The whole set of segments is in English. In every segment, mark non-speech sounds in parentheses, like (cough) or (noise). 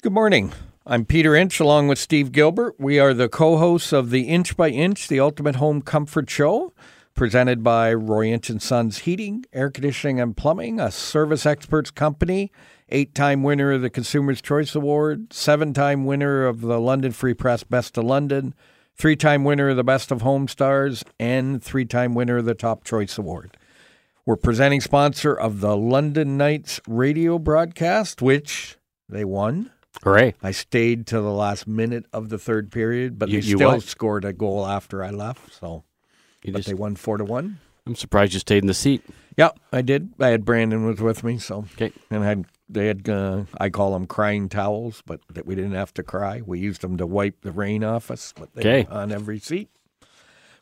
Good morning. I'm Peter Inch along with Steve Gilbert. We are the co hosts of the Inch by Inch, the Ultimate Home Comfort Show, presented by Roy Inch and Sons Heating, Air Conditioning and Plumbing, a service experts company, eight time winner of the Consumer's Choice Award, seven time winner of the London Free Press Best of London, three time winner of the Best of Home Stars, and three time winner of the Top Choice Award. We're presenting sponsor of the London Knights radio broadcast, which they won. Hooray. I stayed to the last minute of the third period, but You- they you still what? scored a goal after I left. So, You but just- they won four to one. I'm surprised you stayed in the seat. Yeah, I did. I had Brandon was with me, so Okay. and I had they had uh, I call them crying towels, but that we didn't have to cry. We used them to wipe the rain off us, but they Okay. were on every seat.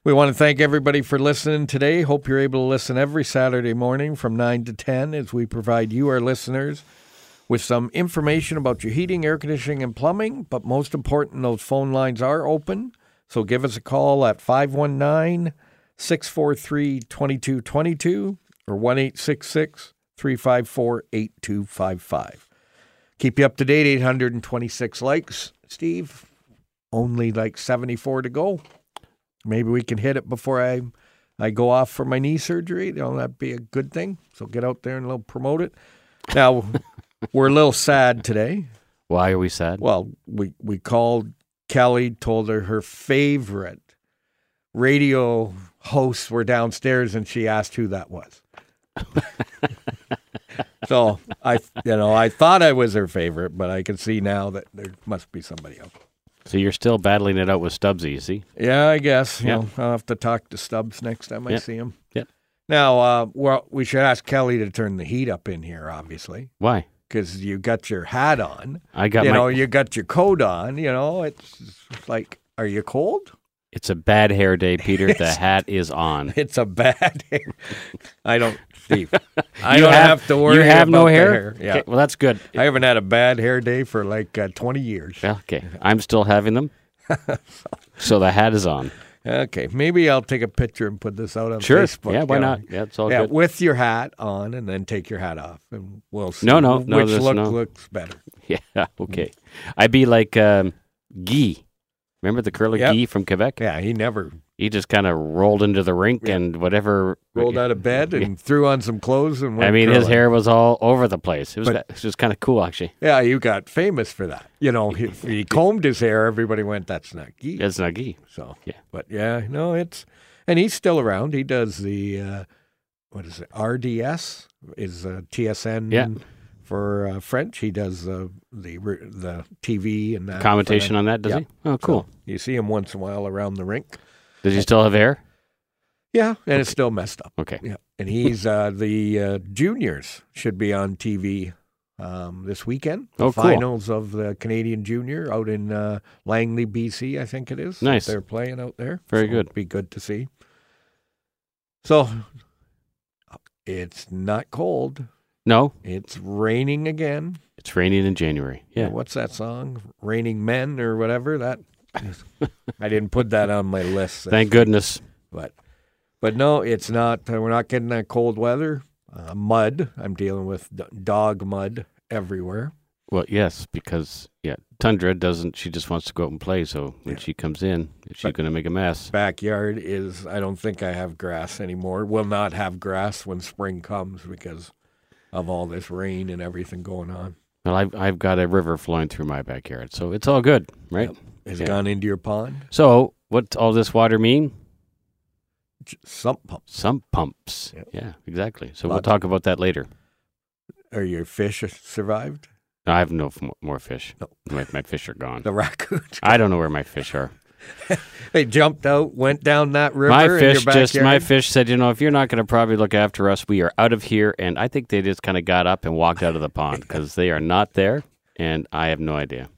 We want to thank everybody for listening today. Hope you're able to listen every Saturday morning from 9 to 10 as we provide you, our listeners, with some information about your heating, air conditioning, and plumbing. But most important, those phone lines are open. So give us a call at 519 643 2222 or 1 354 8255. Keep you up to date, 826 likes. Steve, only like 74 to go. Maybe we can hit it before I I go off for my knee surgery. You know, that'd be a good thing. So get out there and little promote it. Now, we're a little sad today. Why are we sad? Well, we, we called Kelly, told her her favorite radio hosts were downstairs, and she asked who that was. so I, you know, I thought I was her favorite, but I can see now that there must be somebody else. so you're still battling it out with Stubbsy, you see? Yeah, I guess. You Yeah. know, I'll have to talk to Stubbs next time I Yeah. see him. Yeah. Now, uh, well, we should ask Kelly to turn the heat up in here, obviously, Why? because you got your hat on. I got you my. know, you got your coat on. You know, it's it's like, are you cold? (laughs) it's a bad hair day, Peter. the hat is on. It's a bad (laughs) hair. I don't, (laughs) Steve. I You don't have, to worry. You have no about the hair. Yeah. Okay, well, that's good. I haven't had a bad hair day for like uh, 20 years. Yeah, okay. I'm still (laughs) having them. so the hat is on. Okay, maybe I'll take a picture and put this out on Facebook. yeah. Why you know. not? Yeah. It's all yeah, good. (laughs) with your hat on, and then take your hat off, and we'll see. No, no, which no, there's look no- looks better. Yeah. Okay. I'd be like um, Guy. Remember the curler Yep. Guy from Quebec? Yeah, he never He just kind of rolled into the rink and whatever. rolled out of bed and threw on some clothes and. Went I mean, his curling. hair was all over the place. It was, But- it was just kind of cool, actually. Yeah, you got famous for that. You know, he, (laughs) he combed his hair. Everybody went, "That's not Guy." It's not Guy. So Yeah. but yeah, no, it's and he's still around. He does the uh, what is it? RDS is uh, TSN. Yeah. For uh, French, he does uh, the re- the TV and that Commentation on that, does Uh, Yeah. he? Oh, cool. You see him once in a while around the rink. Does he still have hair? Yeah, and it's still messed up. Okay. Yeah, and he's uh, the uh, juniors should be on TV um, this weekend. The Oh, cool. finals of the Canadian Junior out in uh, Langley, BC, I think it is. that Nice. they're playing out there. Very So good. Be good to see. So it's not cold. No, It's raining again. it's raining in January. Yeah. What's that song? Raining Men or whatever. That I didn't put that on my list. (laughs) Thank goodness. But but no, it's not. uh, We're not getting that cold weather. Uh, mud. I'm dealing with d- dog mud everywhere. Well, yes, because yeah, Tundra doesn't. She just wants to go out and play. So when she comes in, she's But- going to make a mess. Backyard is. I don't think I have grass anymore. Will not have grass when spring comes because of all this rain and everything going on. Well, I've I've got a river flowing through my backyard, so it's all good, right? Has Yeah. gone into your pond. So what's all this water mean? J- Sump pump. Sump pumps. Yep. Yeah, exactly. So we'll Lots- talk about that later. Or your fish survived. I have no f- more fish. No. My, my fish are gone. The (laughs) raccoons. I don't know where my fish are. They jumped out, went down that river. my in your fish just my backyard. fish said, you know, if you're not going to probably look after us, we are out of here. And I think they just kind of got up and walked out of the pond because they are not there, and I have no idea.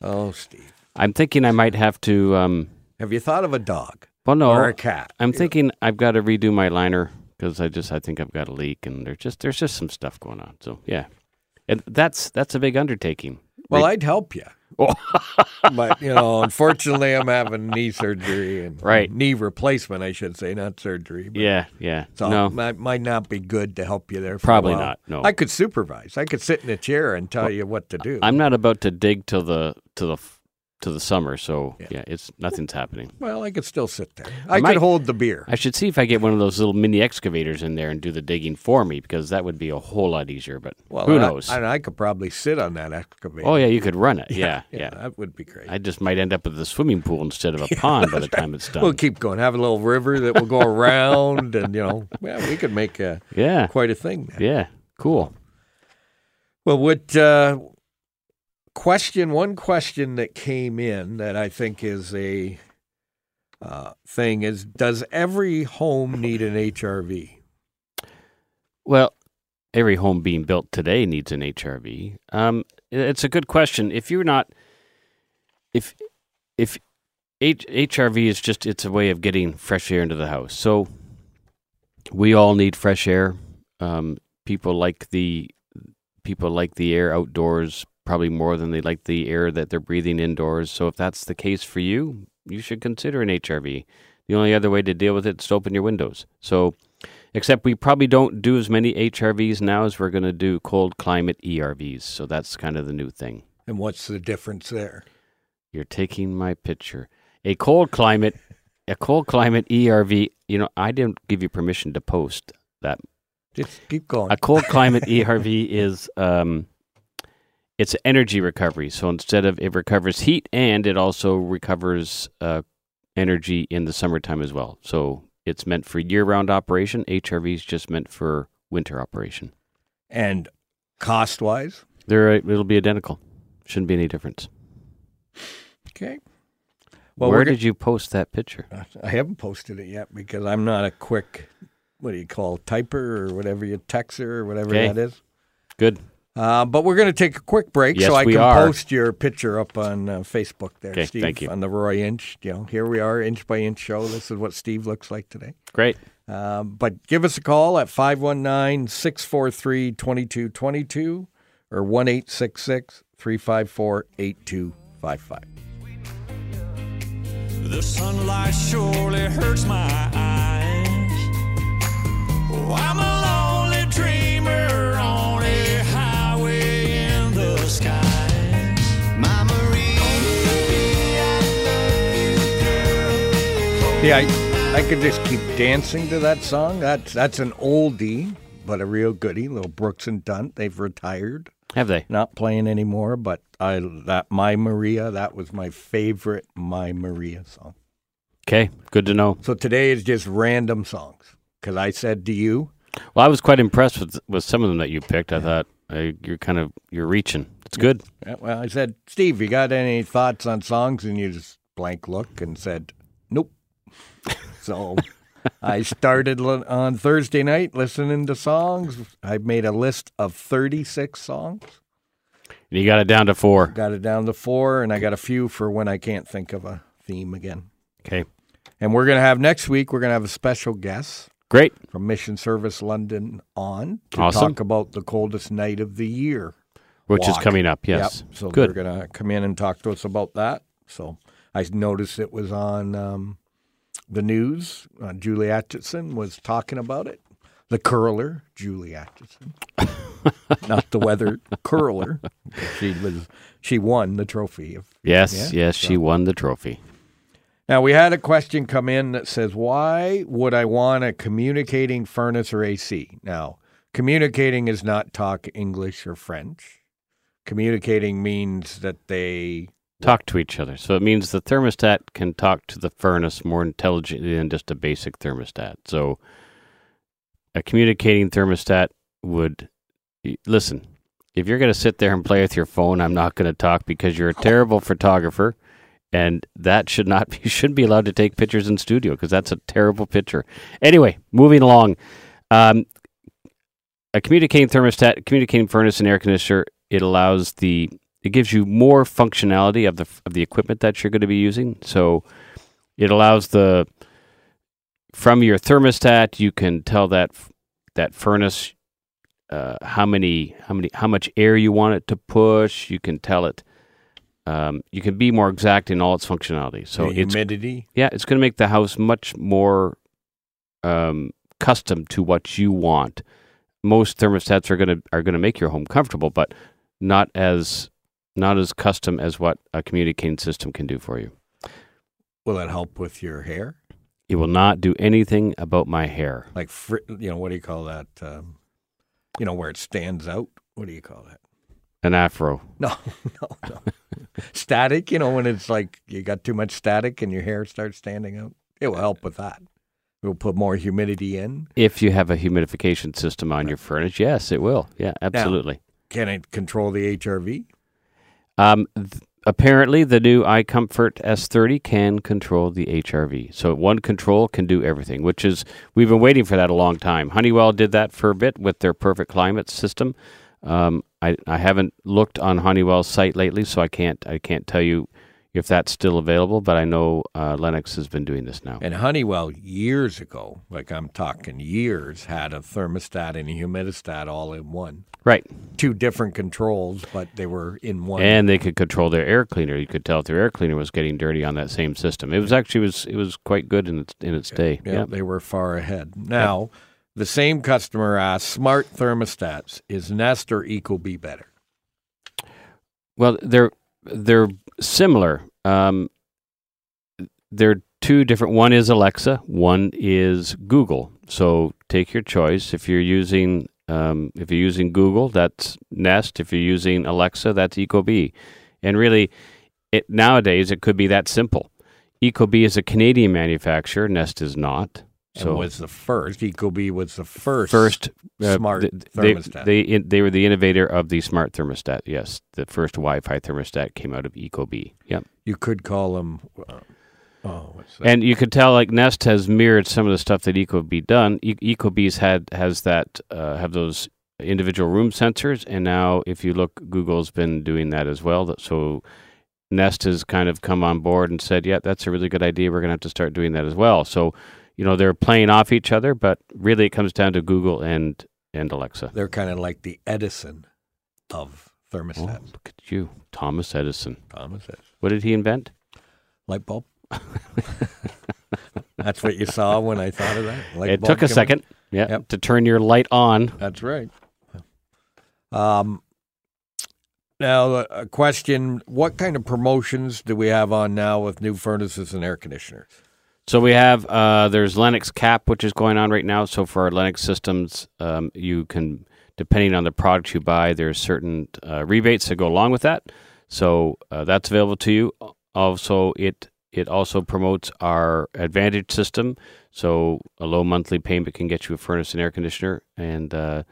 Oh, Steve. I'm thinking I might have to. Um, Have you thought of a dog well, no, or a cat? I'm thinking I've got to redo my liner because I just I think I've got a leak, and there's just there's just some stuff going on. So yeah, and that's that's a big undertaking. Well, Re- I'd help you. (laughs) but you know, unfortunately, I'm having knee surgery and Right. knee replacement, I should say, not surgery. But Yeah, yeah. So no, might, might not be good to help you there. For a Probably while. not, no. I could supervise. I could sit in a chair and tell you what to do. I'm not about to dig till the to the f- to the summer. So yeah, it's nothing's happening. well, I could still sit there. I, might- could hold the beer. I should see if I get one of those little mini excavators in there and do the digging for me because that would be a whole lot easier. But well, who and I- knows? and I could probably sit on that excavator. (laughs) oh yeah, you could run it. Yeah, yeah. that would be great. I just might end up with a swimming pool instead of (laughs) a pond by the time it's done. We'll keep going. Have a little river that will go around, and you know, yeah, we could make a, yeah, quite a thing. there. yeah. Cool. Well, what uh, question? One question that came in that I think is a uh, thing is: Does every home need an HRV? Well, every home being built today needs an HRV. Um, it's a good question. If you're not, if if H- HRV is just it's a way of getting fresh air into the house. So we all need fresh air. Um, people like the people like the air outdoors probably more than they like the air that they're breathing indoors. So if that's the case for you, you should consider an HRV. The only other way to deal with it is to open your windows. So Except we probably don't do as many HRVs now as we're going to do cold climate ERVs. So that's kind of the new thing. And what's the difference there? You're taking my picture. A cold climate, a cold climate ERV. You know, I didn't give you permission to post that. Just keep going. A cold climate ERV is um, it's energy recovery. So instead of it recovers heat and it also recovers uh, energy in the summertime as well. So it's meant for year-round operation. HRV is just meant for winter operation. and cost wise, They're uh, it'll be identical. Shouldn't be any difference. okay. Well, Where we're Uh. did you post that picture? go- I haven't posted it yet because I'm not a quick. What do you call it, typer or whatever you texter or whatever Okay. that is? Good. Uh, but we're going to take a quick break Yes, so I we can are. post your picture up on uh, Facebook there, Okay, Steve, thank you. on the Roy Inch. You know, here we are, inch by inch show. This is what Steve looks like today. Great. Um, but give us a call at 519 643 2222 or 1 354 8255. The sunlight surely hurts my eyes. Oh, I'm a lonely dreamer on a highway in the skies. My Maria, Yeah, I, I could just keep dancing to that song. That's, that's an oldie, but a real goodie. Little Brooks and Dunn, they've retired. Have they? not playing anymore, but I that My Maria, that was my favorite My Maria song. Okay. Good to know. So today is just random songs cuz I said to you, Well, I was quite impressed with with some of them that you picked. I thought uh, you're kind of you're reaching. It's good. uh, well I said, "Steve, you got any thoughts on songs?" and you just blank look and said, "Nope." (laughs) so I started li- on Thursday night listening to songs. I made a list of 36 songs. And you got it down to four. Got it down to 4 and I got a few for when I can't think of a theme again. Okay. And we're going to have next week, we're going to have a special guest Great. from Mission Service London on to Awesome. talk about the coldest night of the year. Which is Walk. coming up. Yes. Yep. So good. they're going to come in and talk to us about that. So I noticed it was on um, the news. Uh, Julie Atchison was talking about it. The curler, Julie Atchison, (laughs) not the weather curler. She was she won the trophy of Yes. yes. She won the trophy. Now, we had a question come in that says, Why would I want a communicating furnace or AC? Now, communicating is not talk English or French. Communicating means that they, Talk to each other. So it means the thermostat can talk to the furnace more intelligently than just a basic thermostat. So a communicating thermostat would listen. If you're going to sit there and play with your phone, I'm not going to talk because you're a terrible photographer, and that should not be. (laughs) You shouldn't be allowed to take pictures in studio because that's a terrible picture. Anyway, moving along. Um, a communicating thermostat, communicating furnace, and air conditioner. It allows the. It gives you more functionality of the of the equipment that you're going to be using. So, it allows the from your thermostat you can tell that f- that furnace uh, how many how many how much air you want it to push. You can tell it um, you can be more exact in all its functionality. So The it's humidity. yeah, it's going to make the house much more um, custom to what you want. Most thermostats are going to are going to make your home comfortable, but not as not as custom as what a communicating system can do for you. Will it help with your hair? It will not do anything about my hair. Like, fr- you know, what do you call that? Um, you know, where it stands out. What do you call that? (laughs) An afro. No, no, no. (laughs) static, you know, when it's like you got too much static and your hair starts standing out. It will help with that. We'll put more humidity in. If you have a humidification system on your furnace, yes, it will. Yeah, absolutely. Can it control the HRV? Um, th- apparently, the new iComfort S30 can control the HRV. So one control can do everything, which is we've been waiting for that a long time. Honeywell did that for a bit with their Perfect Climate system. Um, I, I haven't looked on Honeywell's site lately, so I can't I can't tell you if that's still available. But I know uh, Lennox has been doing this now. And Honeywell years ago, like I'm talking years, had a thermostat and a humidistat all in one. Right, Two different controls, but they were in one. and they could control their air cleaner. You could tell if their air cleaner was getting dirty on that same system. It was actually was it was quite good in its in its day. yeah, Yeah. they were far ahead. Now, the same customer asked, "Smart thermostats is Nest or Eco be better?" Well, they're they're similar. Um, they're two different. One is Alexa. One is Google. So take your choice. If you're using um, if you're using Google, that's Nest. If you're using Alexa, that's Ecobee. And really, it nowadays it could be that simple. Ecobee is a Canadian manufacturer. Nest is not. So So was the first. Eco be was the first. first uh, smart th- thermostat. They, they they were the innovator of the smart thermostat. Yes, the first Wi-Fi thermostat came out of Ecobee. Yep. you could call them. Uh, oh, what's that? And you could tell like Nest has mirrored some of the stuff that Ecobee done. E- Ecobee's had has that uh, have those individual room sensors, and now if you look, Google's been doing that as well. That- So Nest has kind of come on board and said, "Yeah, that's a really good idea. We're going to have to start doing that as well." So you know they're playing off each other, but really it comes down to Google and and Alexa. They're kind of like the Edison of Oh, thermostats. look at you, Thomas Edison. Thomas Edison. What did he invent? Light bulb. (laughs) That's what you saw when I thought of that. Light it bulb took a coming. second, yeah, Yep. to turn your light on. That's right. Um, now, a- a question What kind of promotions do we have on now with new furnaces and air conditioners? So we have uh, there's Linux Cap, which is going on right now. So for our Linux systems, um, you can depending on the product you buy, there's certain uh, rebates that go along with that. So uh, that's available to you. Also, it it also promotes our Advantage system. So a low monthly payment can get you a furnace and air conditioner and uh,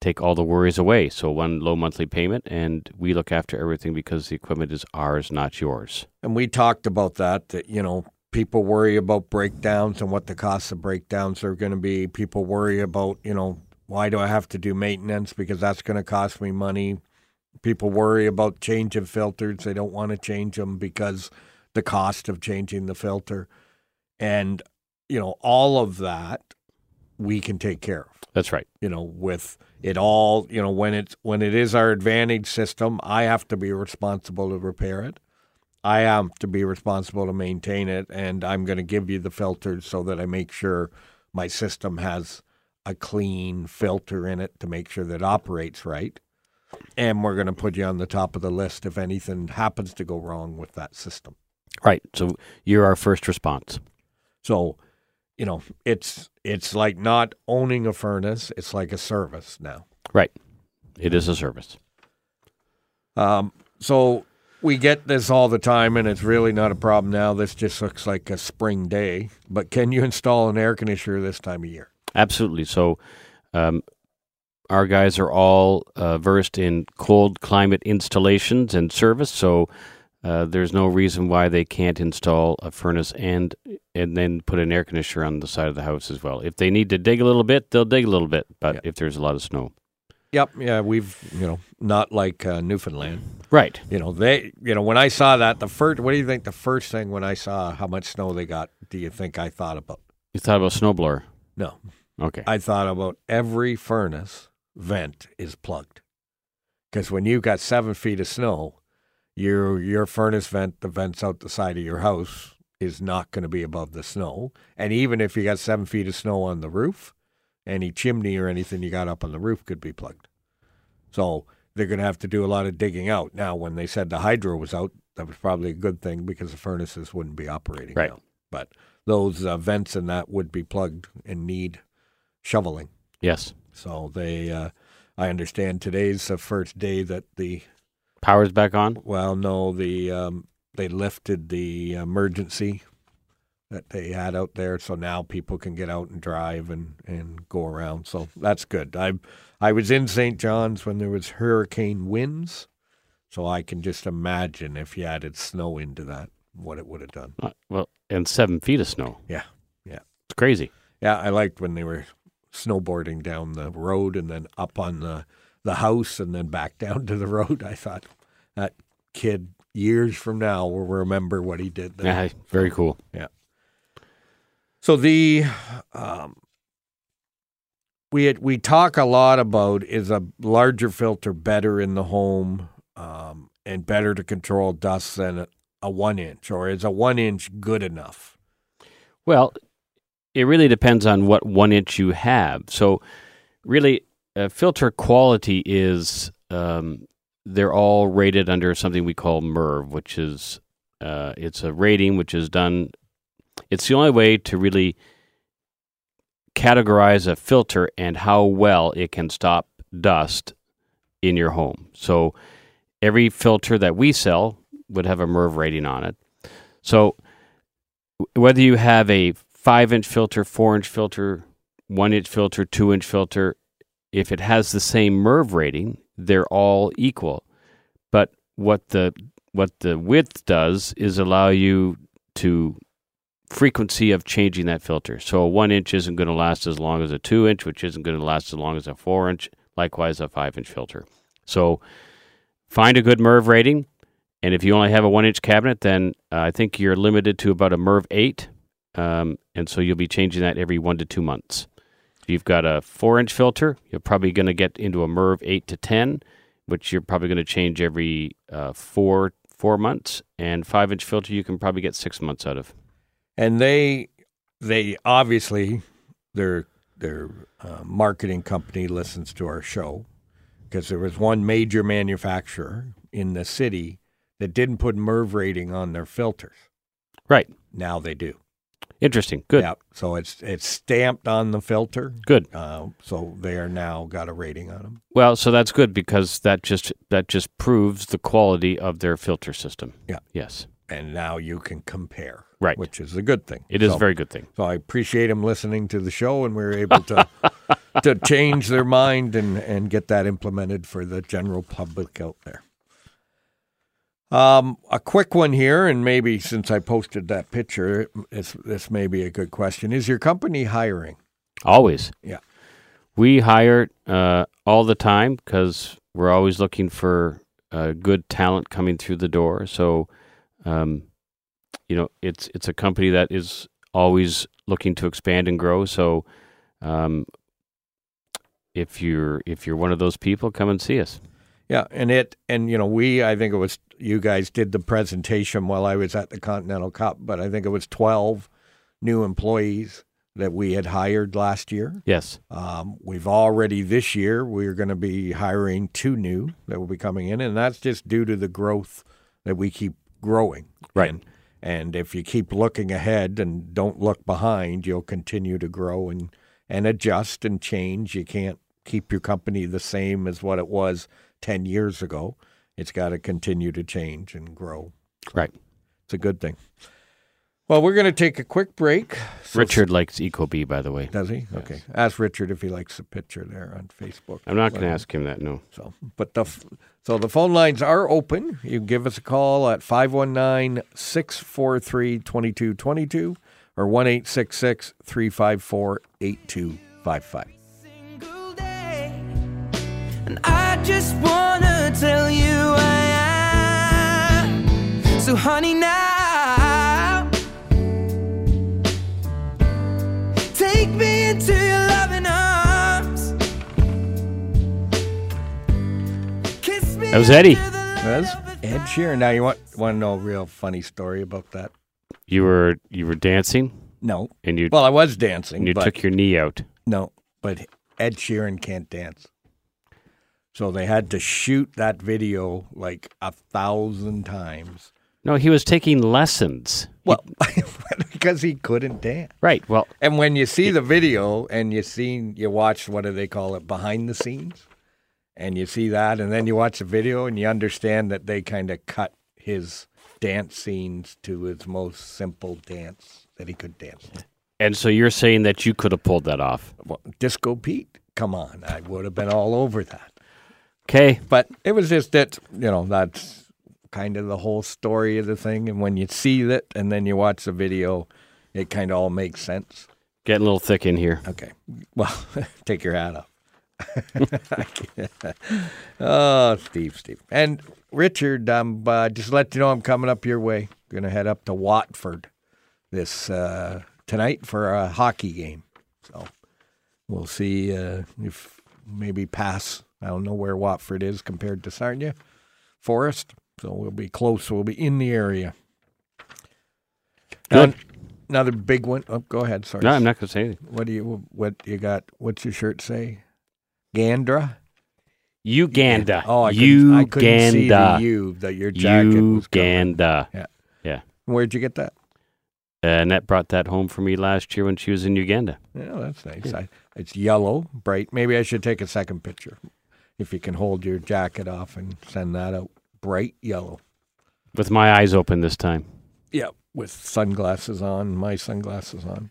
take all the worries away. So one low monthly payment, and we look after everything because the equipment is ours, not yours. And we talked about that, that, you know, people worry about breakdowns and what the costs of breakdowns are going to be. People worry about, you know, why do I have to do maintenance? Because that's going to cost me money. People worry about change of filters. They don't want to change them because the cost of changing the filter. And, you know, all of that we can take care of That's right. you know with it all you know when it's when it is our advantage system i have to be responsible to repair it i have to be responsible to maintain it and i'm going to give you the filters so that i make sure my system has a clean filter in it to make sure that it operates right and we're going to put you on the top of the list if anything happens to go wrong with that system Right. So you're our first response. so you know it's it's like not owning a furnace it's like a service now Right. It is a service. Um, so we get this all the time, and it's really not a problem now. This just looks like a spring day. But can you install an air conditioner this time of year? Absolutely. So, um, our guys are all uh, versed in cold climate installations and service. So, uh, there's no reason why they can't install a furnace and and then put an air conditioner on the side of the house as well. If they need to dig a little bit, they'll dig a little bit. But Yeah. if there's a lot of snow, Yep. Yeah, we've you know not like uh, Newfoundland. right? You know they. You know when I saw that the first. What do you think the first thing when I saw how much snow they got? Do you think I thought about? You thought about snowblower? No, Okay. I thought about every furnace vent is plugged. Because when you've got seven feet of snow, your your furnace vent, the vents out the side of your house, is not going to be above the snow. And even if you got seven feet of snow on the roof, any chimney or anything you got up on the roof could be plugged. So they're going to have to do a lot of digging out. Now, when they said the hydro was out, that was probably a good thing because the furnaces wouldn't be operating Right. now. But those uh, vents and that would be plugged and need shoveling. Yes. So they, uh, I understand today's the first day that the Power's back on. well, no, the um, they lifted the emergency that they had out there, so now people can get out and drive and, and go around. So that's good. I I was in St. John's when there was hurricane winds, so I can just imagine if you added snow into that, what it would have done. Uh, Well, and seven feet of snow. Yeah, yeah. It's crazy. Yeah, I liked when they were snowboarding down the road and then up on the, the house and then back (laughs) down to the road. I thought that kid years from now will remember what he did there. Yeah, very cool. So the um, we had, we talk a lot about is a larger filter better in the home um, and better to control dust than a, a one inch, or is a one inch good enough? Well, it really depends on what one inch you have. So, really, uh, filter quality is um, they're all rated under something we call MERV, which is uh, it's a rating which is done. It's the only way to really categorize a filter and how well it can stop dust in your home. So, every filter that we sell would have a MERV rating on it. So, whether you have a five inch filter, four inch filter, one inch filter, two inch filter, if it has the same MERV rating, they're all equal. But what the what the width does is allow you to frequency of changing that filter. So a one inch isn't going to last as long as a two inch, which isn't going to last as long as a four inch, likewise a five inch filter. So find a good MERV rating. And if you only have a one inch cabinet, then uh, I think you're limited to about a MERV 8. Um, and so you'll be changing that every one to two months. If you've got a four inch filter, you're probably going to get into a MERV 8 to 10, which you're probably going to change every uh, four four months. And five inch filter, you can probably get six months out of. and they they obviously their their uh, marketing company listens to our show because there was one major manufacturer in the city that didn't put MERV rating on their filters. Right. Now they do. Interesting. Good. Yeah. So it's it's stamped on the filter. Good. Uh, so they are now got a rating on them. Well, so that's good because that just that just proves the quality of their filter system. Yeah. Yes. And now you can compare. Right. Which is a good thing. It is So- a very good thing. So I appreciate them listening to the show, and we were able to to change their mind and and get that implemented for the general public out there. Um, a quick one here, and maybe since I posted that picture, it's, this may be a good question: Is your company hiring? Always. Yeah. We hire uh, all the time because we're always looking for uh, good talent coming through the door. So, um, you know, it's it's a company that is always looking to expand and grow. So, um, if you're if you're one of those people, come and see us. Yeah, and it and you know we I think it was you guys did the presentation while I was at the Continental Cup, but I think it was twelve new employees that we had hired last year. Yes. Um, we've already this year, we're going to be hiring two new that will be coming in, and that's just due to the growth that we keep growing. Right. And, and if you keep looking ahead and don't look behind, you'll continue to grow and, and adjust and change. You can't keep your company the same as what it was 10 years ago. It's got to continue to change and grow. Right. It's a good thing. Well, we're going to take a quick break. So- Richard likes Ecobee, by the way. does he? Okay. Ask Richard if he likes the picture there on Facebook. I'm not going to ask him that. No. So, but the f- so the phone lines are open. You can give us a call at 519-643-2222 or 1-866-354-8255. single day. And I just wanna tell you I am. So, honey, now take me into your loving arms. Kiss me That was Eddie. into the light Yes. of a Ed Sheeran. Now you want want to know a real funny story about that? You were you were dancing No. and you Well, I was dancing, and you but took your knee out. no. But Ed Sheeran can't dance, so they had to shoot that video like a thousand times. No, he was taking lessons. Well, (laughs) because he couldn't dance. Right. Well, And when you see the video and you seen you watch what do they call it behind the scenes, and you see that, and then you watch the video and you understand that they kind of cut his dance scenes to his most simple dance that he could dance. and so you're saying that you could have pulled that off. Well, Disco Pete, come on, I would have been all over that. Okay. But it was just that you know that's kind of the whole story of the thing, and when you see that and then you watch the video, it kind of all makes sense. Getting a little thick in here. Okay. Well, (laughs) take your hat off. (laughs) oh, Steve, Steve. And Richard, um, uh, just to let you know I'm coming up your way. Going to head up to Watford this uh, tonight for a hockey game. So we'll see uh, if maybe pass. I don't know where Watford is compared to Sarnia Forest. So we'll be close. We'll be in the area. Good. another big one. Oh, go ahead. Sorry. No, I'm not going to say anything. What do you what you got? What's your shirt say? Gandra. Uganda. Oh, I couldn't, I Uganda. couldn't see the U that your jacket was covering. Uganda. Uh, Whered you get that? Annette brought that home for me last year when she was in Uganda. Yeah, that's nice. I, it's yellow, bright. Maybe I should take a second picture. If you can hold your jacket off and send that out, bright yellow. With my eyes open this time. Yeah, with sunglasses on, my sunglasses on.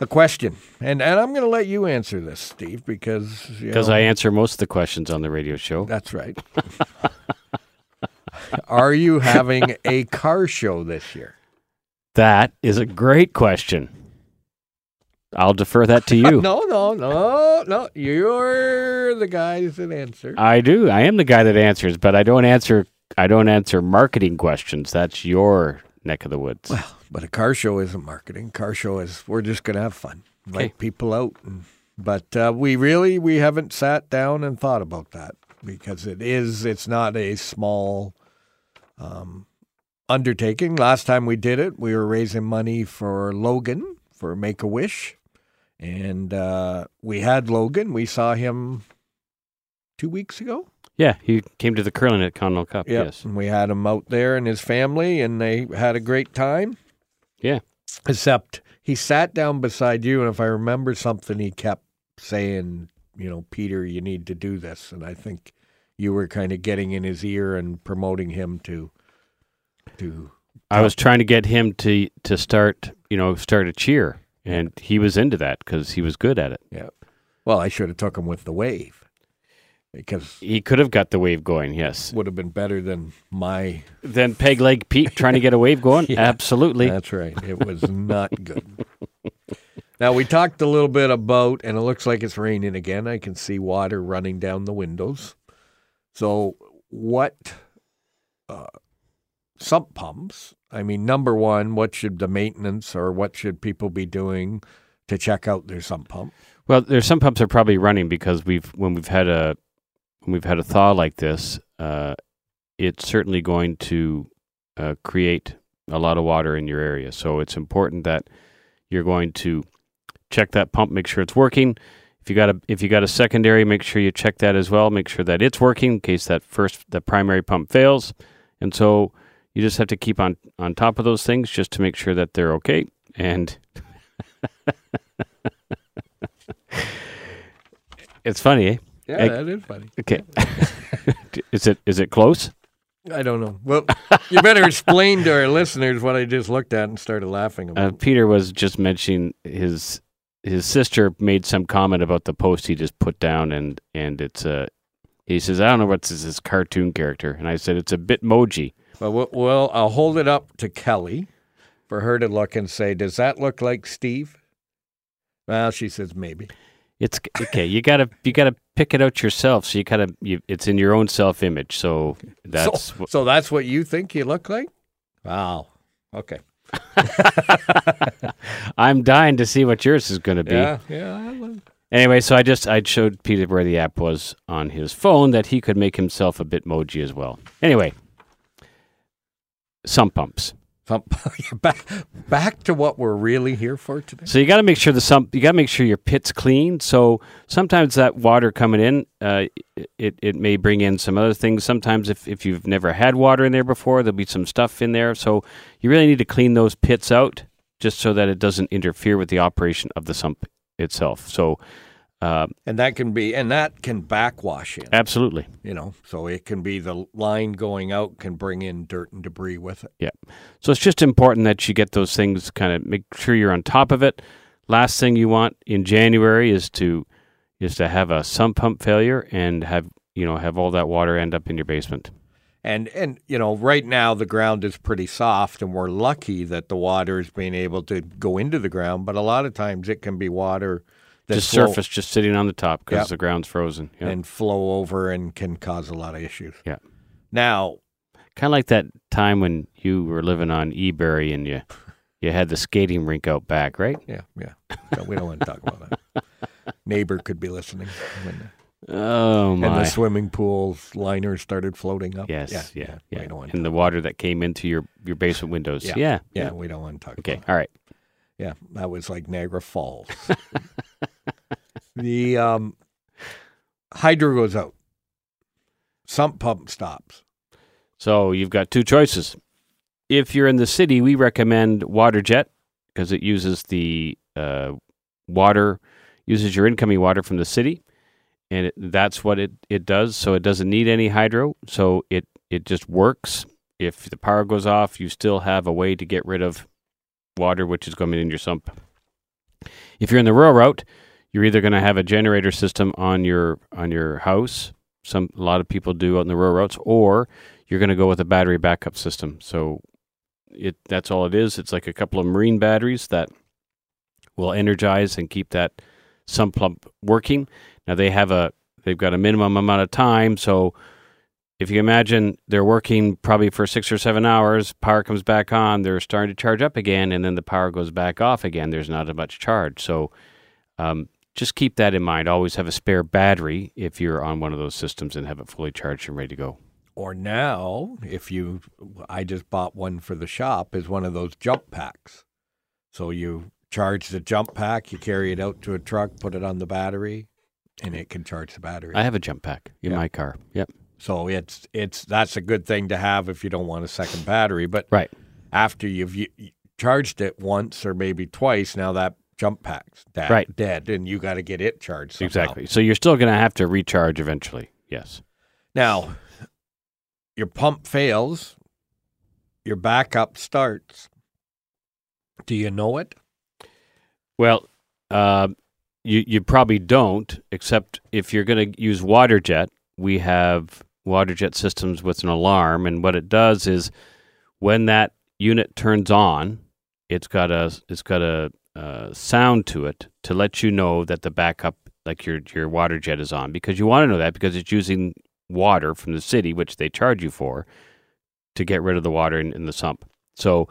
A question, and and I'm going to let you answer this, Steve, because you Because know- I answer most of the questions on the radio show. That's right. Are you having a car show this year? That is a great question. I'll defer (laughs) that to you. No, no, no, no. You're the guy that answered. I do. I am the guy that answers, but I don't answer. I don't answer marketing questions. That's your neck of the woods. Well, but a car show isn't marketing. Car show is we're just going to have fun, invite Okay. people out. And, but uh, we really we haven't sat down and thought about that because it is it's not a small um, undertaking. Last time we did it, we were raising money for Logan for Make a Wish, and uh, we had Logan. We saw him two weeks ago. yeah, he came to the curling at Connell Cup. Yep. Yes. And we had him out there and his family, and they had a great time. Yeah. Except he sat down beside you, and if I remember something, he kept saying, you know, Peter, you need to do this. And I think you were kind of getting in his ear and promoting him to, to, I was trying to get him to to start, you know, start a cheer, and he was into that because he was good at it. yeah. Well, I should have took him with the wave because He could have got the wave going. Yes. would have been better than my Then peg leg Pete trying to get a wave going. Absolutely. That's right. It was not good. Now we talked a little bit about, and it looks like it's raining again. I can see water running down the windows. So what uh, sump pumps? I mean, number one, what should the maintenance or what should people be doing to check out their sump pump? Well, there's some pumps that are probably running because we've when we've had a when we've had a thaw like this, uh, it's certainly going to uh, create a lot of water in your area. So it's important that you're going to check that pump, make sure it's working. If you got a if you got a secondary, make sure you check that as well. Make sure that it's working in case that first the primary pump fails. And so you just have to keep on on top of those things just to make sure that they're okay. And it's funny, eh? Yeah, Ag- that is funny. Okay. (laughs) is it is it close? I don't know. Well, you better explain to our listeners what I just looked at and started laughing Uh, about. Peter was just mentioning his his sister made some comment about the post he just put down, and and it's a he says I don't know what's this, this cartoon character, and I said it's a bitmoji. Well, well, well, I'll hold it up to Kelly for her to look and say, "Does that look like Steve?" Well, she says maybe. It's okay. You gotta you gotta pick it out yourself. So you kind of you, it's in your own self image. So that's so, what- so that's what you think you look like. Wow. Okay. I'm dying to see what yours is going to be. Yeah. Yeah. I look- Anyway, so I just I showed Peter where the app was on his phone that he could make himself a Bitmoji as well. Anyway, sump pumps. Some- (laughs) back, back to what we're really here for today. So you got to make sure the sump. You got to make sure your pit's clean. So sometimes that water coming in, uh, it it may bring in some other things. Sometimes if if you've never had water in there before, there'll be some stuff in there. So you really need to clean those pits out just so that it doesn't interfere with the operation of the sump itself. So uh, And that can be, and that can backwash in, absolutely, you know. So it can be the line going out can bring in dirt and debris with it. yeah. So it's just important that you get those things kind of make sure you're on top of it. Last thing you want in January is to is to have a sump pump failure and have you know have all that water end up in your basement. And and you know, right now the ground is pretty soft, and we're lucky that the water is being able to go into the ground. But a lot of times it can be water that's just surface just sitting on the top because Yep. the ground's frozen. Yeah. and flow over and can cause a lot of issues. yeah. Now, Kind of like that time when you were living on Ebury and you you had the skating rink out back, right? yeah, yeah, No, we don't want to talk about (laughs) that. Neighbor could be listening, when, Oh my. and the swimming pool liner started floating up. yes. yeah, Yeah. Yeah. We don't want to. And the water that came into your your basement windows. Yeah. yeah, yeah, we don't want to talk. Okay. about All right. it. yeah, that was like Niagara Falls. (laughs) the um, hydro goes out, sump pump stops. So you've got two choices. If you're in the city, we recommend WaterJet because it uses the uh, water, uses your incoming water from the city, and it, that's what it, it does. So it doesn't need any hydro. So it it just works. If the power goes off, you still have a way to get rid of water, which is coming in your sump. If you're in the rural route, you're either going to have a generator system on your on your house. Some a lot of people do out in the rural routes, or you're going to go with a battery backup system. So it that's all it is. It's like a couple of marine batteries that will energize and keep that sump pump working. Now they have a they've got a minimum amount of time, so if you imagine they're working probably for 6 or 7 hours, power comes back on, they're starting to charge up again and then the power goes back off again. There's not as much charge. So um, just keep that in mind. Always have a spare battery if you're on one of those systems and have it fully charged and ready to go. Or now, if you, I just bought one for the shop, is one of those jump packs. So you charge the jump pack, you carry it out to a truck, put it on the battery, and it can charge the battery. I have a jump pack in Yeah. my car. Yep. so it's it's that's a good thing to have if you don't want a second battery. But Right. after you've y- y- charged it once or maybe twice, now that jump pack's da- Right. dead, and you got to get it charged. Somehow. Exactly. So you're still going to have to recharge eventually. Yes. Now, your pump fails, your backup starts. Do you know it? Well, uh, you you probably don't, except if you're going to use WaterJet. We have WaterJet systems with an alarm, and what it does is when that unit turns on, it's got a it's got a uh, sound to it to let you know that the backup, like your your water jet, is on because you want to know that because it's using water from the city, which they charge you for, to get rid of the water in, in the sump. So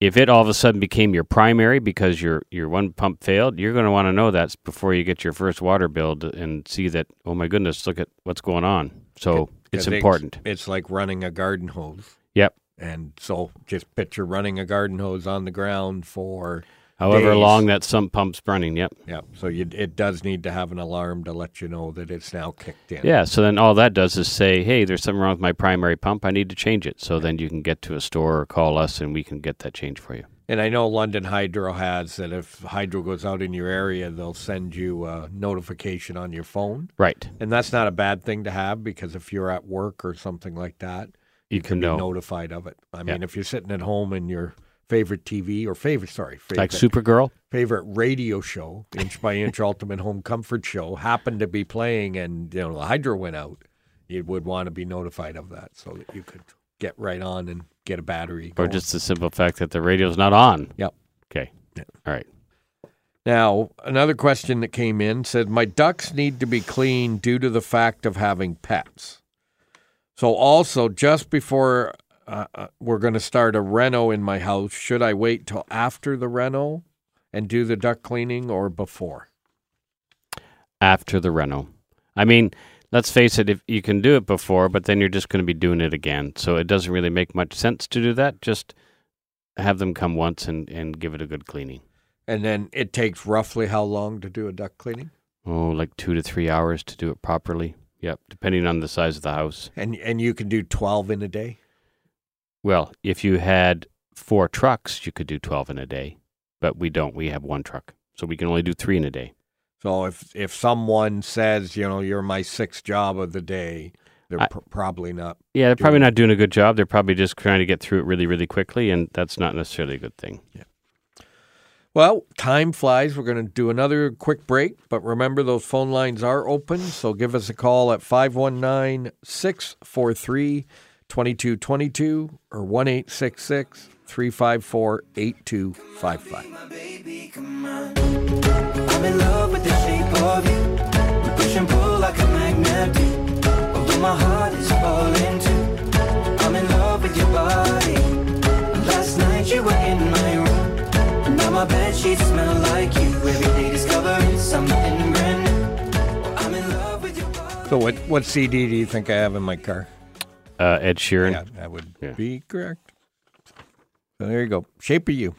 if it all of a sudden became your primary because your your one pump failed, you're going to want to know that before you get your first water bill to- and see that oh my goodness, look at what's going on. So it's 'Cause important. It's like running a garden hose. Yep. And so just picture running a garden hose on the ground for. However days. long that sump pump's running. Yep. Yeah. So you, it does need to have an alarm to let you know that it's now kicked in. Yeah. So then all that does is say, hey, there's something wrong with my primary pump. I need to change it. So then you can get to a store or call us and we can get that change for you. And I know London Hydro has that if hydro goes out in your area, they'll send you a notification on your phone. Right. And that's not a bad thing to have because if you're at work or something like that, You can be know. notified of it. I Yeah. mean, if you're sitting at home and your favorite TV or favorite, sorry, favorite, Like Supergirl. favorite radio show, Inch by Inch (laughs) Ultimate Home Comfort Show, happened to be playing and, you know, the hydro went out, you would want to be notified of that so that you could get right on and get a battery. Or going. just the simple fact that the radio's not on. Yep. Okay. Yeah. All right. Now, another question that came in said, My ducks need to be clean due to the fact of having pets. So, also, just before uh, uh, we're going to start a reno in my house, should I wait till after the reno and do the duck cleaning or before? after the reno. I mean, let's face it, if you can do it before, but then you're just going to be doing it again. So it doesn't really make much sense to do that. Just have them come once and, and give it a good cleaning. And then it takes roughly how long to do a duct cleaning? Oh, like two to three hours to do it properly. Yep, depending on the size of the house. And and you can do 12 in a day? Well, if you had four trucks, you could do 12 in a day, but we don't. We have one truck. So we can only do three in a day. So if if someone says, you know, you're my sixth job of the day, they're I- pr- probably not. Yeah, they're Do probably it. not doing a good job. They're probably just trying to get through it really, really quickly, and that's not necessarily a good thing. Well, time flies. We're going to do another quick break, but remember those phone lines are open, so give us a call at 519-643-2222 or 1-866-354-8255. My baby, come on. I'm in love with the shape of you. We push and pull like a magnet do. Although my heart is falling too. I'm in love with your body. Last night you were in my room. Now my bed sheets smell like you. Every day discovering something brand new. I'm in love with your body. So what what CD do you think I have in my car? Uh, Ed Sheeran. Yeah, that would Yeah. be correct. So there you go. Shape of You.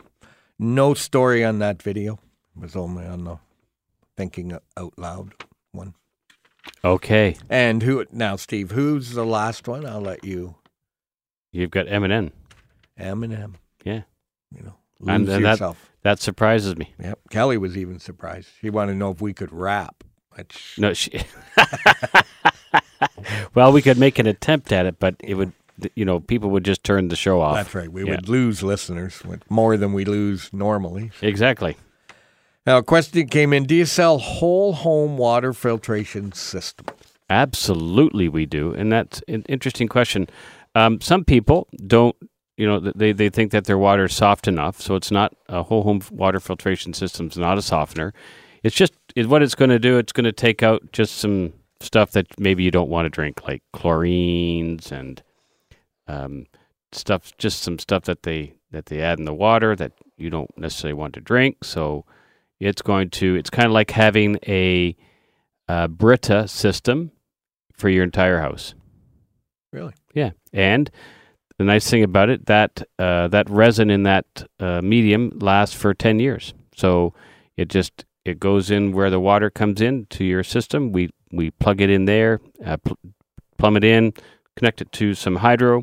No story on that video. It was only on the thinking out loud one. Okay, And who now, Steve? Who's the last one? I'll let you. you've got Eminem. Eminem. Yeah, You know, And- lose and that- yourself. that surprises me. Yep. Kelly was even surprised. She wanted to know if we could rap. Which, No, she. (laughs) well, we could make an attempt at it, but it would, you know, people would just turn the show off. That's right. We Yeah. would lose listeners with more than we lose normally. Exactly. Now, a question came in: Do you sell whole home water filtration systems? Absolutely, we do, and that's an interesting question. Um, some people don't, you know, th- they they think that their water is soft enough, so it's not a whole home f- water filtration system's not a softener. It's just it, what it's going to do. It's going to take out just some stuff that maybe you don't want to drink, like chlorines and um, stuff. Just some stuff that they that they add in the water that you don't necessarily want to drink. So it's going to. It's kind of like having a uh, Brita system for your entire house. Really? Yeah, and the nice thing about it that uh, that resin in that uh, medium lasts for ten years. So it just it goes in where the water comes in to your system. We we plug it in there, uh, pl- plumb it in, connect it to some hydro,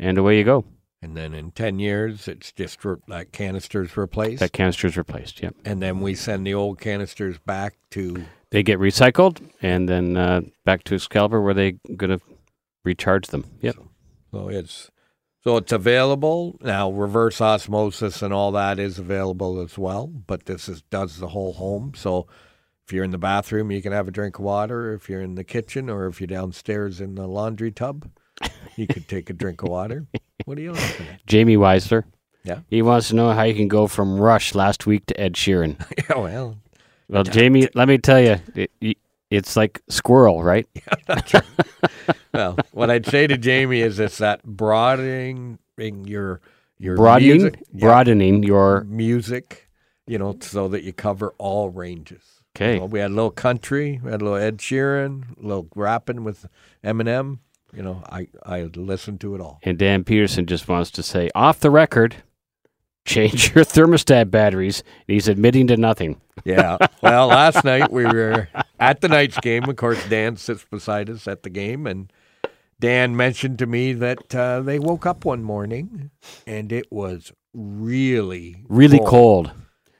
and away you go. And then in 10 years, it's just re- like canisters replaced. That canister's replaced. Yep. and then we send the old canisters back to. They get recycled and then uh, back to Excalibur where they going to recharge them. Yep. So it's. So it's available now. Reverse osmosis and all that is available as well, but this is does the whole home. So if you're in the bathroom, you can have a drink of water. If you're in the kitchen, or if you're downstairs in the laundry tub, you could take a drink of (laughs) water. What are you laughing at? Jamie Weisler. Yeah. He wants to know how you can go from Rush last week to Ed (laughs) Sheeran. Yeah, well, Well, Jamie, let me tell you, it, y- it's like squirrel, right? well, what I'd say to Jamie is it's that broadening your your Broadening, music, yeah, broadening your music, you know, so that you cover all ranges. okay. Well, we had a little country, we had a little Ed Sheeran, a little rapping with Eminem. You know, I I listened to it all. And Dan Peterson just wants to say, off the record, change (laughs) your thermostat batteries. And he's admitting to nothing. Yeah. (laughs) Well, last night we were at the night's game. Of course, Dan sits beside us at the game, and Dan mentioned to me that uh, they woke up one morning and it was really Really cold.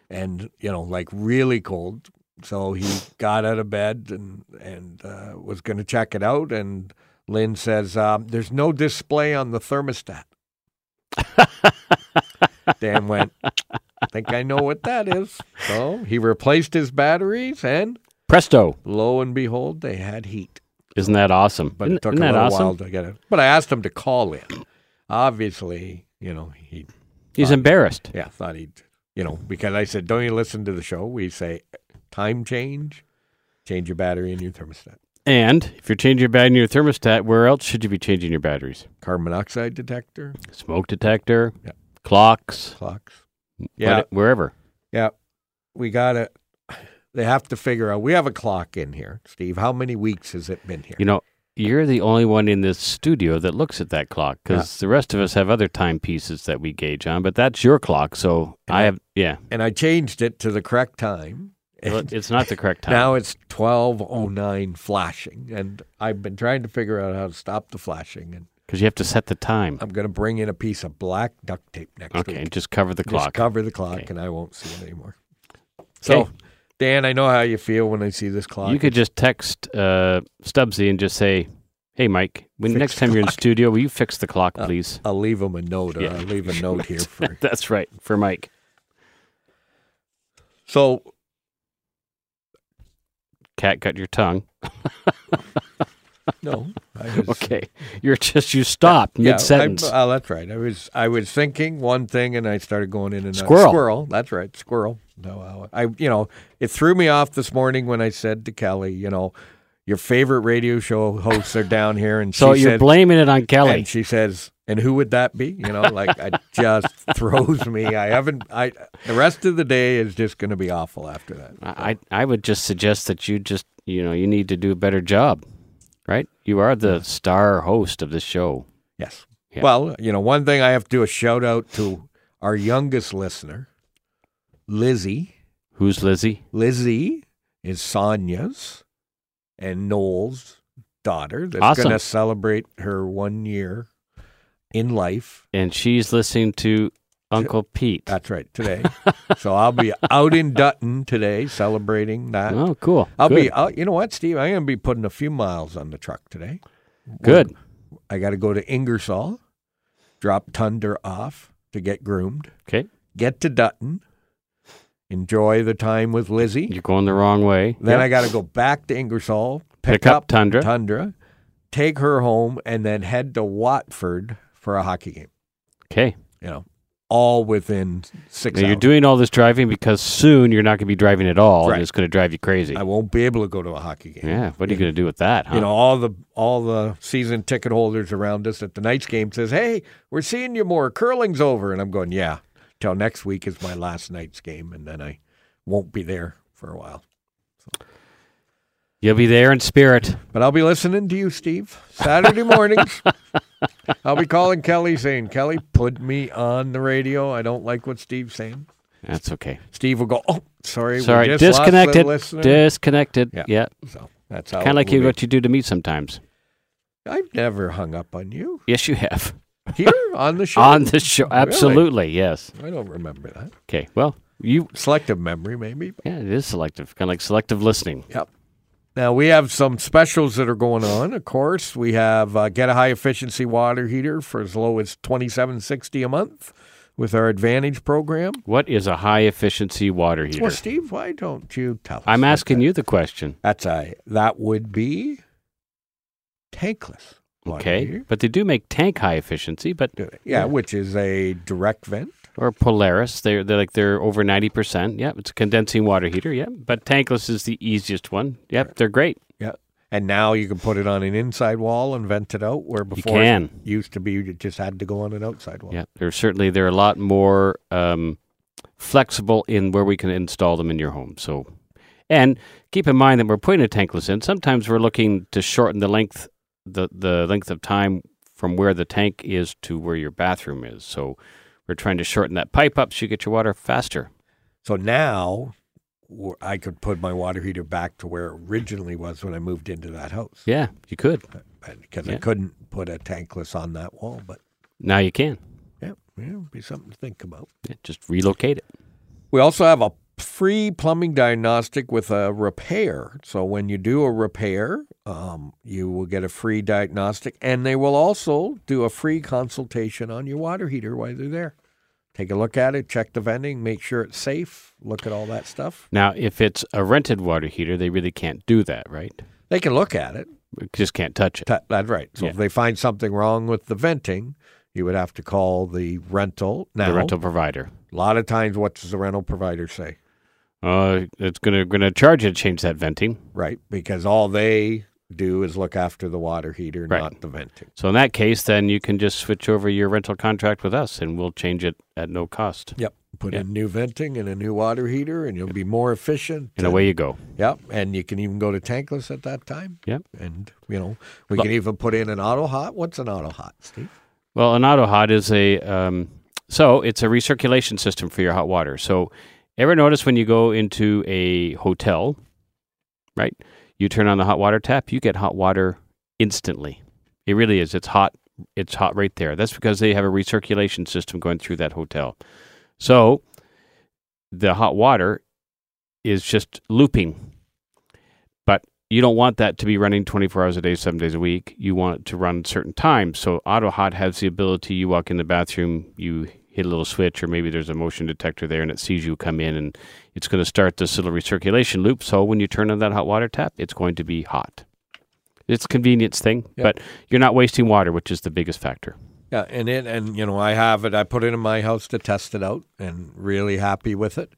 and you know like really cold so he got out of bed and and uh, was going to check it out and lynn says um, there's no display on the (laughs) thermostat dan went i think i know what that is so he replaced his batteries and Presto. lo and behold they had heat Isn't that awesome? but isn't it took isn't a that little awesome? while to get it but i asked him to call in obviously you know he He's embarrassed. Uh, yeah, thought he'd, you know, because I said, don't you listen to the show? We say, time change, change your battery and your thermostat. And if you're changing your battery in your thermostat, where else should you be changing your batteries? Carbon monoxide detector, Smoke detector, Yeah. clocks, Mm, clocks. Yeah, wherever. yeah. We got to, They have to figure out. We have a clock in here, Steve. How many weeks has it been here? You know, you're the only one in this studio that looks at that clock because the rest of us have other timepieces that we gauge on, but that's your clock. So I have, (laughs) yeah, and I changed it to the correct time. Well, And it's not the correct (laughs) time. now it's twelve oh nine flashing, and I've been trying to figure out how to stop the flashing. And because you have to set the time. I'm going to bring in a piece of black duct tape next Okay, week. and just cover the clock. Just cover the clock, Okay. and I won't see it anymore. So, Okay. Dan, I know how you feel when I see this clock. you could just text uh, Stubbsy and just say, "Hey, Mike, when Fix next the time you're in clock." studio, will you fix the clock, please?" I'll leave him a note. Or Yeah. I'll (laughs) leave a note oh, here for. That's right for Mike. So Cat cut your (laughs) tongue. no, I was, Okay, you're just you stopped Yeah, I- mid sentence. oh, that's right. I was I was thinking one thing, and I started going in and Squirrel. Squirrel. That's right. Squirrel. No, I, I you know it threw me off this morning when I said to Kelly, you know, your favorite radio show hosts are down here, and so she you're said, blaming it on Kelly. And she says, "And who would that be?" You know, like (laughs) I just throws me. I haven't. I the rest of the day is just going to be awful after that. I I would just suggest that you just you know you need to do a better job, right? You are the star host of the show. Yes. Yeah. Well, you know, one thing I have to do a shout out to our youngest listener, Lizzie. Who's Lizzie? Lizzie is Sonia's and Noel's daughter that's Awesome. going to celebrate her one year in life. And she's listening to Uncle Pete. That's right, (laughs) today. so I'll be out in Dutton today celebrating that. Oh, cool. I'll Good. be, I'll, you know what, Steve? I'm going to be putting a few miles on the truck today. good. I got to go to Ingersoll, drop Thunder off to get groomed, Okay, get to Dutton, enjoy the time with Lizzie. you're going the wrong way. Then Yep. I got to go back to Ingersoll, Pick up Tundra. Tundra, take her home, and then head to Watford for a hockey game. okay. You know, all within six. Now you're hours. doing all this driving because soon you're not going to be driving at all, Right. and it's going to drive you crazy. I won't be able to go to a hockey game. yeah. What are you going to do with that? Huh? You know, all the all the season ticket holders around us at the night's game says, "Hey, we're seeing you more. Curling's over," and I'm going, "Yeah, till next week is my last night's game, and then I won't be there for a while." You'll be there in spirit. But I'll be listening to you, Steve, Saturday (laughs) mornings. I'll be calling Kelly saying, Kelly, put me on the radio. I don't like what Steve's saying. That's okay. Steve will go, oh, sorry. Sorry, we just lost the disconnected. listener." Disconnected. Yeah. Yeah. so that's how Kind of it like will you, be. what you do to me sometimes. I've never hung up on you Yes, you have. here on (laughs) the show. On the show. Absolutely. Yes. I don't remember that. Okay. Well, you, Selective memory, maybe. but- yeah, it is selective, kind of like selective listening. Yep. Now we have some specials that are going on. Of course, we have uh, get a high efficiency water heater for as low as twenty seven sixty a month with our Advantage program. What is a high efficiency water heater? Well, Steve, why don't you tell us? I'm what asking that- you the question. That's a that would be tankless. water Okay. heater. But they do make tank high efficiency, but Yeah, which is a direct vent. or Polaris. They're they're like they're over ninety percent. Yep, it's a condensing water heater. Yep, but tankless is the easiest one. Yep, they're great. Yeah. And now you can put it on an inside wall and vent it out where before it can. used to be you just had to go on an outside wall. Yeah, they're certainly they're a lot more um, flexible in where we can install them in your home. So, and keep in mind that we're putting a tankless in. Sometimes we're looking to shorten the length the the length of time from where the tank is to where your bathroom is. So, we're trying to shorten that pipe up so you get your water faster. So now w- I could put my water heater back to where it originally was when I moved into that house. Yeah, you could. Because I Yeah. couldn't put a tankless on that wall, but Now you can. yeah, yeah, it'd be something to think about. Yeah, just relocate it. We also have a free plumbing diagnostic with a repair. So when you do a repair, um, you will get a free diagnostic, and they will also do a free consultation on your water heater while they're there. Take a look at it, check the venting, make sure it's safe, look at all that stuff. Now, if it's a rented water heater, they really can't do that, right? They can look at it. We just can't touch it. Ta- That's right. So if Yeah. they find something wrong with the venting, you would have to call the rental. Now, The rental provider. a lot of times, what does the rental provider say? Uh, it's gonna gonna charge you to change that venting. Right, because all they do is look after the water heater, Right. not the venting. So in that case, then you can just switch over your rental contract with us, and we'll change it at no cost. Yep. Put Yeah. in new venting and a new water heater, and you'll be more efficient. and away you go. Yep, and you can even go to tankless at that time. Yep. And you know, we But- can even put in an auto hot. What's an auto hot, Steve? Well, an auto hot is a um, so it's a recirculation system for your hot water. So, ever notice when you go into a hotel, right? You turn on the hot water tap, you get hot water instantly. It really is. It's hot. It's hot right there. That's because they have a recirculation system going through that hotel. So, the hot water is just looping. But you don't want that to be running 24 hours a day, seven days a week. You want it to run certain times. So AutoHot has the ability you walk in the bathroom, you hit a little switch, or maybe there's a motion detector there and it sees you come in and it's going to start this little recirculation loop. So when you turn on that hot water tap, it's going to be hot. It's a convenience thing, Yeah. but you're not wasting water, which is the biggest factor. Yeah, and it and you know I have it. I put it in my house to test it out, and really happy with it.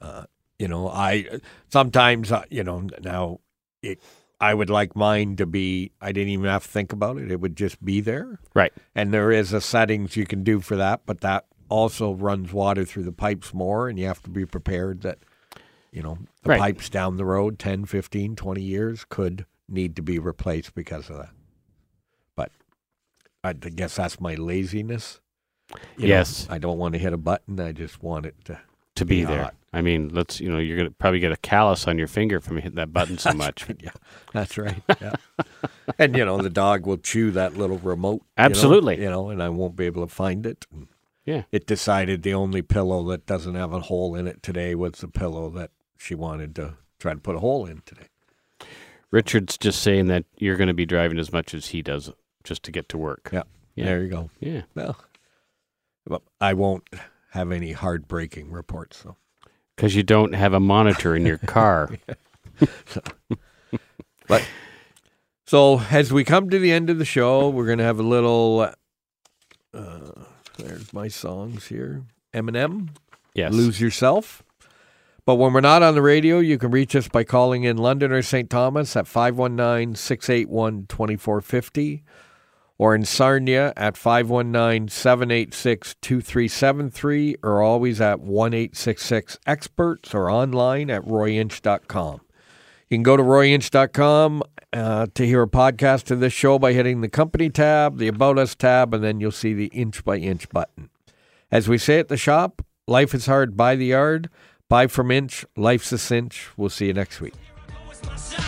Uh, you know, I sometimes uh, you know now it. I would like mine to be. I didn't even have to think about it. It would just be there. Right. And there is a settings you can do for that, but that also runs water through the pipes more, and you have to be prepared that you know the Right. pipes down the road 10 15 20 years could need to be replaced because of that but i d- guess that's my laziness You know, Yes. i don't want to hit a button i just want it to To be Be there. hot. I mean, let's, you know, you're going to probably get a callus on your finger from hitting that (laughs) button so much. yeah that's right yeah and you know the dog will chew that little remote you know, Absolutely. you know and i won't be able to find it And Yeah. it decided the only pillow that doesn't have a hole in it today was the pillow that she wanted to try to put a hole in today Richard's just saying that you're going to be driving as much as he does just to get to work. yeah, Yeah. there you go Yeah. Well, well, I won't have any heartbreaking reports. So, Because you don't have a monitor in (laughs) your car. but so as we come to the end of the show, we're gonna have a little. Uh, there's my songs here. Eminem, yes. Lose Yourself. But when we're not on the radio, you can reach us by calling in London or St. Thomas at 519 681 2450 or in Sarnia at 519 786 2373 or always at 1 866 experts or online at royinch.com. You can go to royinch.com uh, to hear a podcast of this show by hitting the company tab, the About Us tab, and then you'll see the inch by inch button. As we say at the shop, life is hard by the yard. Buy from inch. Life's a cinch. We'll see you next week. Here I go, it's my shot.